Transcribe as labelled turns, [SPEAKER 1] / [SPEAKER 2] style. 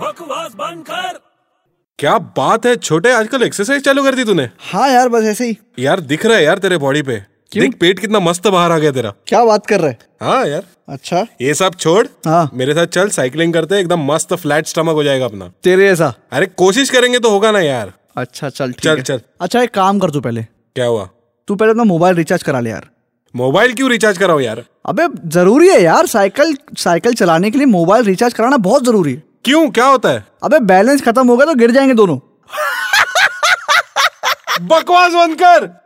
[SPEAKER 1] बकवास बंद कर
[SPEAKER 2] क्या बात है छोटे आजकल एक्सरसाइज चालू कर दी तूने
[SPEAKER 3] हाँ यार बस ऐसे ही
[SPEAKER 2] यार दिख रहा है यार तेरे बॉडी पे देख पेट कितना मस्त बाहर आ गया तेरा
[SPEAKER 3] क्या बात कर रहे
[SPEAKER 2] हाँ यार
[SPEAKER 3] अच्छा
[SPEAKER 2] ये सब छोड़
[SPEAKER 3] हाँ।
[SPEAKER 2] मेरे साथ चल साइकिलिंग करते हैं एकदम मस्त फ्लैट स्टमक हो जाएगा अपना
[SPEAKER 3] तेरे ऐसा
[SPEAKER 2] अरे कोशिश करेंगे तो होगा ना यार
[SPEAKER 3] अच्छा चल ठीक
[SPEAKER 2] चल,
[SPEAKER 3] है
[SPEAKER 2] चल।
[SPEAKER 3] अच्छा एक काम कर तू पहले
[SPEAKER 2] क्या हुआ
[SPEAKER 3] तू पहले अपना मोबाइल रिचार्ज करा ले यार
[SPEAKER 2] मोबाइल क्यों रिचार्ज कराओ यार
[SPEAKER 3] अबे जरूरी है यार साइकिल साइकिल चलाने के लिए मोबाइल रिचार्ज कराना बहुत जरूरी है
[SPEAKER 2] क्यों क्या होता है
[SPEAKER 3] अबे बैलेंस खत्म होगा तो गिर जाएंगे दोनों
[SPEAKER 2] बकवास बंद कर